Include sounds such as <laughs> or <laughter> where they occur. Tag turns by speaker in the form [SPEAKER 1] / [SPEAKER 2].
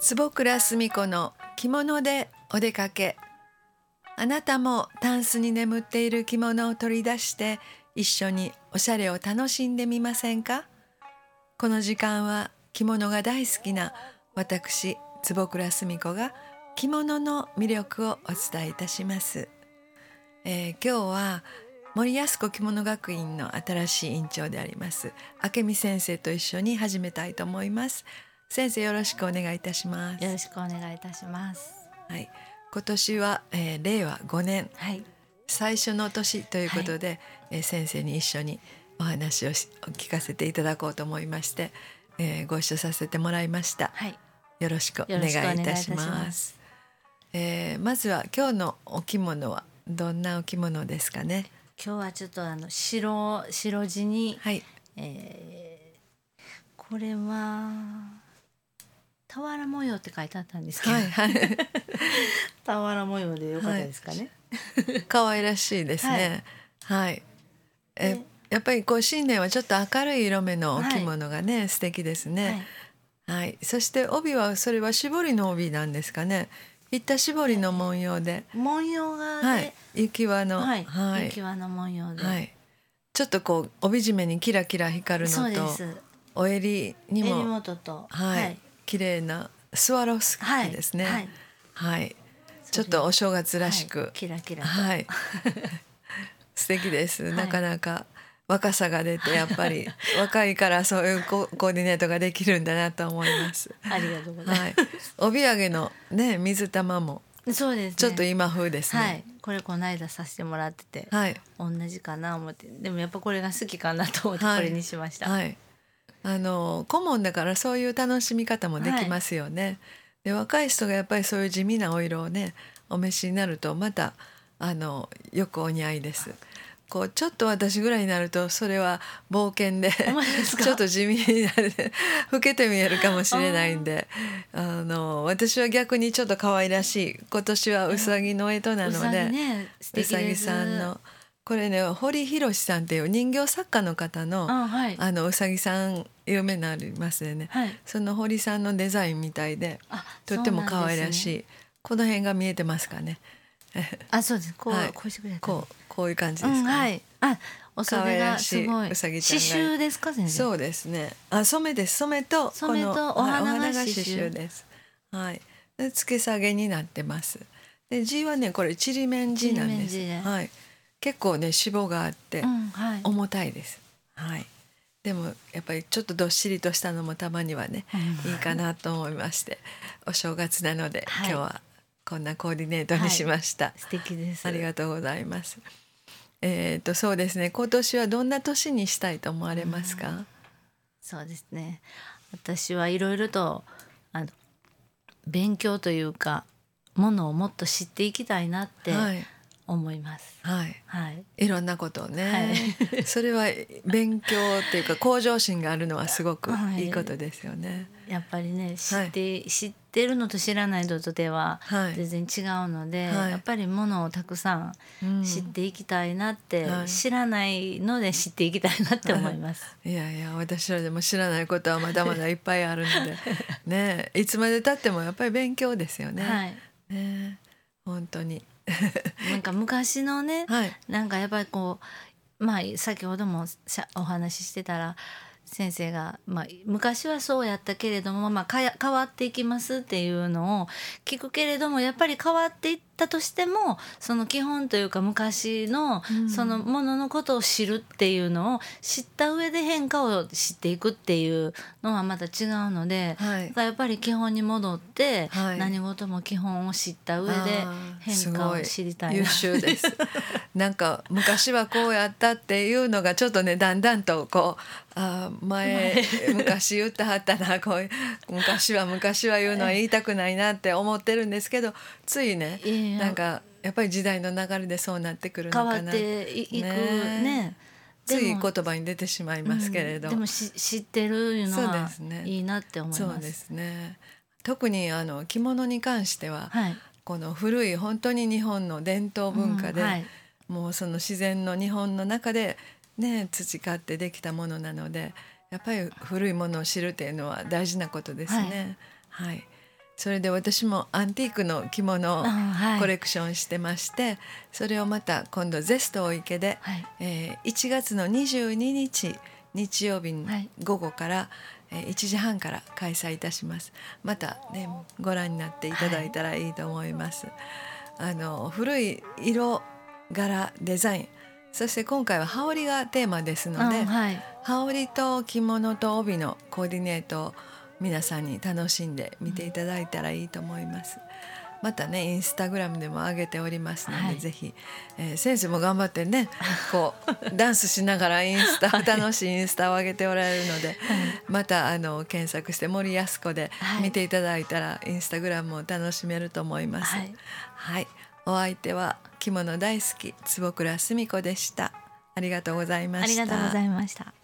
[SPEAKER 1] 坪倉澄子の着物でお出かけあなたもタンスに眠っている着物を取り出して一緒におしゃれを楽しんでみませんかこの時間は着物が大好きな私坪倉澄子が着物の魅力をお伝えいたします、えー今日は森安子着物学院の新しい院長であります明美先生と一緒に始めたいと思います先生よろしくお願いいたします
[SPEAKER 2] よろしくお願いいたします。
[SPEAKER 1] はい、今年は、えー令和5年
[SPEAKER 2] はい、
[SPEAKER 1] 最初の年ということで、えー先生に一緒にお話をし聞かせていただこうと思いまして、えーご一緒させてもらいました
[SPEAKER 2] はい、
[SPEAKER 1] よろしくお
[SPEAKER 2] よ
[SPEAKER 1] 願
[SPEAKER 2] ろ
[SPEAKER 1] いい
[SPEAKER 2] しくお願いい
[SPEAKER 1] た
[SPEAKER 2] た
[SPEAKER 1] し
[SPEAKER 2] し
[SPEAKER 1] ます
[SPEAKER 2] ます。
[SPEAKER 1] えーまずは今日のお着物はどんなお着物ですかね
[SPEAKER 2] 今日はちょっとあの白白地に、
[SPEAKER 1] はい
[SPEAKER 2] えーこれは俵模様って書いてあったんですけど、
[SPEAKER 1] はいはい
[SPEAKER 2] 俵模様でよかったですかね。
[SPEAKER 1] 可愛らしいですねはい、え
[SPEAKER 2] で
[SPEAKER 1] やっぱりこう新年はちょっと明るい色目のお着物がね、素敵ですね、
[SPEAKER 2] はい
[SPEAKER 1] はい、そして帯はそれは絞りの帯なんですかね。いった絞りの文様で、
[SPEAKER 2] 文様が
[SPEAKER 1] は
[SPEAKER 2] で
[SPEAKER 1] い、、雪輪の、
[SPEAKER 2] はい、
[SPEAKER 1] は
[SPEAKER 2] 浮き
[SPEAKER 1] い、
[SPEAKER 2] 輪の模様で、
[SPEAKER 1] はいちょっとこう帯締めにキラキラ光る
[SPEAKER 2] そう
[SPEAKER 1] の
[SPEAKER 2] で
[SPEAKER 1] と、
[SPEAKER 2] す。
[SPEAKER 1] お襟に
[SPEAKER 2] 襟
[SPEAKER 1] も、
[SPEAKER 2] 元と、
[SPEAKER 1] はい、綺麗なスワロフスキ
[SPEAKER 2] はい
[SPEAKER 1] ーですね。
[SPEAKER 2] は
[SPEAKER 1] はいい、ちょっとお正月らし
[SPEAKER 2] は
[SPEAKER 1] く
[SPEAKER 2] い、キラキラと、
[SPEAKER 1] はい、
[SPEAKER 2] <laughs>
[SPEAKER 1] 素敵です。
[SPEAKER 2] はい
[SPEAKER 1] なかなか。若さが出てやっぱり若いからそういうココーディネートができるんだなと思います。
[SPEAKER 2] ありがとうござい
[SPEAKER 1] はい、帯揚げのね水玉も
[SPEAKER 2] ます。そうです、ね。
[SPEAKER 1] ちょっと今風です
[SPEAKER 2] は
[SPEAKER 1] ね。
[SPEAKER 2] い、これこの間させてもらってて、
[SPEAKER 1] はい、
[SPEAKER 2] 同じかな思ってでもやっぱこれが好きかなと思って
[SPEAKER 1] は
[SPEAKER 2] こ
[SPEAKER 1] い
[SPEAKER 2] れにしました、
[SPEAKER 1] はい、あの顧問だからそういう楽しみ方もできますよね。で若い人がやっぱりそういう地味なお色をねお召しになるとまたあのよくお似合いです。こうちょっと私ぐらいになるとそれは冒険で
[SPEAKER 2] ほんまです
[SPEAKER 1] <laughs>
[SPEAKER 2] か
[SPEAKER 1] ちょっと地味になる老けて見えるかもしれないんであの私は逆にちょっと可愛らしい今年はうさぎの干支な
[SPEAKER 2] う
[SPEAKER 1] の
[SPEAKER 2] さぎ
[SPEAKER 1] で、
[SPEAKER 2] ね素
[SPEAKER 1] う
[SPEAKER 2] 敵
[SPEAKER 1] さぎ
[SPEAKER 2] です
[SPEAKER 1] さんのこれね堀博さんっていう人形作家の方の
[SPEAKER 2] あはい
[SPEAKER 1] あのうさぎさん有名なのありますよね
[SPEAKER 2] はい
[SPEAKER 1] その堀さんのデザインみたいで
[SPEAKER 2] あ
[SPEAKER 1] とっても可愛らしい、
[SPEAKER 2] い、
[SPEAKER 1] この辺が見えてますかね
[SPEAKER 2] あそうですこう、
[SPEAKER 1] はい
[SPEAKER 2] こうしてくれた
[SPEAKER 1] こうこういう感じ
[SPEAKER 2] う
[SPEAKER 1] ですか、ね
[SPEAKER 2] んはいあお袖
[SPEAKER 1] 可愛
[SPEAKER 2] が
[SPEAKER 1] らし
[SPEAKER 2] す
[SPEAKER 1] い
[SPEAKER 2] ごい
[SPEAKER 1] ウサギちゃん
[SPEAKER 2] 刺
[SPEAKER 1] が
[SPEAKER 2] 繍ですか先生う
[SPEAKER 1] そうですねあ染めです染めと
[SPEAKER 2] 染めと
[SPEAKER 1] この
[SPEAKER 2] お花が
[SPEAKER 1] はい
[SPEAKER 2] 刺繍
[SPEAKER 1] ですはいで付け下げになってますで字はねこれちりめん字なんです
[SPEAKER 2] ちりめん字で
[SPEAKER 1] はい結構ね脂肪があって、
[SPEAKER 2] んはい、
[SPEAKER 1] 重たいです。はい。でもやっぱりちょっとどっしりとしたのもたまにはね、
[SPEAKER 2] うん
[SPEAKER 1] いいかなと思いまして、お正月なので、
[SPEAKER 2] はい
[SPEAKER 1] 今日はこんなコーディネートにしました。
[SPEAKER 2] 素敵です
[SPEAKER 1] ありがとうございます。えっ、とそうですね。今年はどんな年にしたいと思われますか。
[SPEAKER 2] そうですね私はいろいろとあの勉強というかものをもっと知っていきたいなって
[SPEAKER 1] はい
[SPEAKER 2] 思います、
[SPEAKER 1] はい。
[SPEAKER 2] はい
[SPEAKER 1] いろんなことをね、 <laughs> それは勉強っていうか向上心があるのはすごく
[SPEAKER 2] はい
[SPEAKER 1] いいことですよね。
[SPEAKER 2] やっぱりね知って、知ってるのと知らないのとでは
[SPEAKER 1] はい
[SPEAKER 2] 全然違うので、
[SPEAKER 1] はい
[SPEAKER 2] やっぱりものをたくさ
[SPEAKER 1] うん
[SPEAKER 2] ん知っていきたいなって、
[SPEAKER 1] はい
[SPEAKER 2] 知らないので知っていきたいなって思います。
[SPEAKER 1] いやいや私らでも知らないことはまだまだいっぱいあるの
[SPEAKER 2] <laughs>
[SPEAKER 1] でねえいつまでたってもやっぱり勉強ですよね。
[SPEAKER 2] はい、
[SPEAKER 1] ねえ本当に
[SPEAKER 2] なんか昔のね、
[SPEAKER 1] はい
[SPEAKER 2] なんかやっぱりこうまあ先ほどもしゃお話ししてたら先生が、まあ、昔はそうやったけれども、まあ、かや変わっていきますっていうのを聞くけれどもやっぱり変わっていったとしてもその基本というか昔の
[SPEAKER 1] うん
[SPEAKER 2] そのもののことを知るっていうのを知った上で変化を知っていくっていうのはまた違うので。
[SPEAKER 1] はい
[SPEAKER 2] だからやっぱり基本に戻って、
[SPEAKER 1] はい
[SPEAKER 2] 何事も基本を知った上で
[SPEAKER 1] あーす
[SPEAKER 2] 変化
[SPEAKER 1] ご
[SPEAKER 2] を
[SPEAKER 1] い
[SPEAKER 2] 知りたいな
[SPEAKER 1] 優秀です
[SPEAKER 2] <laughs>
[SPEAKER 1] なんか昔はこうやったっていうのがちょっとねだんだんとこうあー前昔言ってはったなこういう昔は昔は言うのは言いたくないなって思ってるんですけどついね
[SPEAKER 2] いやいや
[SPEAKER 1] なんかやっぱり時代の流れでそうなってくるの
[SPEAKER 2] 変わ
[SPEAKER 1] か
[SPEAKER 2] っ
[SPEAKER 1] な
[SPEAKER 2] ていくね
[SPEAKER 1] ねつ
[SPEAKER 2] で
[SPEAKER 1] い
[SPEAKER 2] も
[SPEAKER 1] 言葉に出てしまいますけれど、
[SPEAKER 2] うんでもし知ってるいうの
[SPEAKER 1] そう
[SPEAKER 2] は
[SPEAKER 1] ですね
[SPEAKER 2] いいなって思います
[SPEAKER 1] そうですね特にあの着物に関しては、
[SPEAKER 2] はい
[SPEAKER 1] この古い本当に日本の伝統文化で、
[SPEAKER 2] うんはい
[SPEAKER 1] もうその自然の日本の中で、ね、培ってできたものなのでやっぱり古いものを知るっていうのは大事なことですね。はいそれで私もアンティークの着物を
[SPEAKER 2] あはい
[SPEAKER 1] コレクションしてまして、それをまた今度ゼスト大池で、
[SPEAKER 2] はい
[SPEAKER 1] えー1月の22日日曜日に
[SPEAKER 2] はい
[SPEAKER 1] 午後から、えー1時半から開催いたしますまたねご覧になっていただいたらいいと思います、あの古い色柄デザインそして今回は羽織がテーマですので、
[SPEAKER 2] うんはい
[SPEAKER 1] 羽織と着物と帯のコーディネートを皆さんに楽しんで見ていただいたらいいと思います。またねインスタグラムでも上げておりますので、
[SPEAKER 2] はい
[SPEAKER 1] ぜひ、えー先生も頑張って
[SPEAKER 2] <laughs>
[SPEAKER 1] ねこうダンスしながらインスタ、楽しいインスタを上げておられるので、またあの検索して森安子で
[SPEAKER 2] はい
[SPEAKER 1] 見ていただいたら、インスタグラムも楽しめると思います。
[SPEAKER 2] はい
[SPEAKER 1] はい、お相手は着物大好き坪倉澄子でした。ありがとうございま
[SPEAKER 2] あり
[SPEAKER 1] した。
[SPEAKER 2] がとうございました。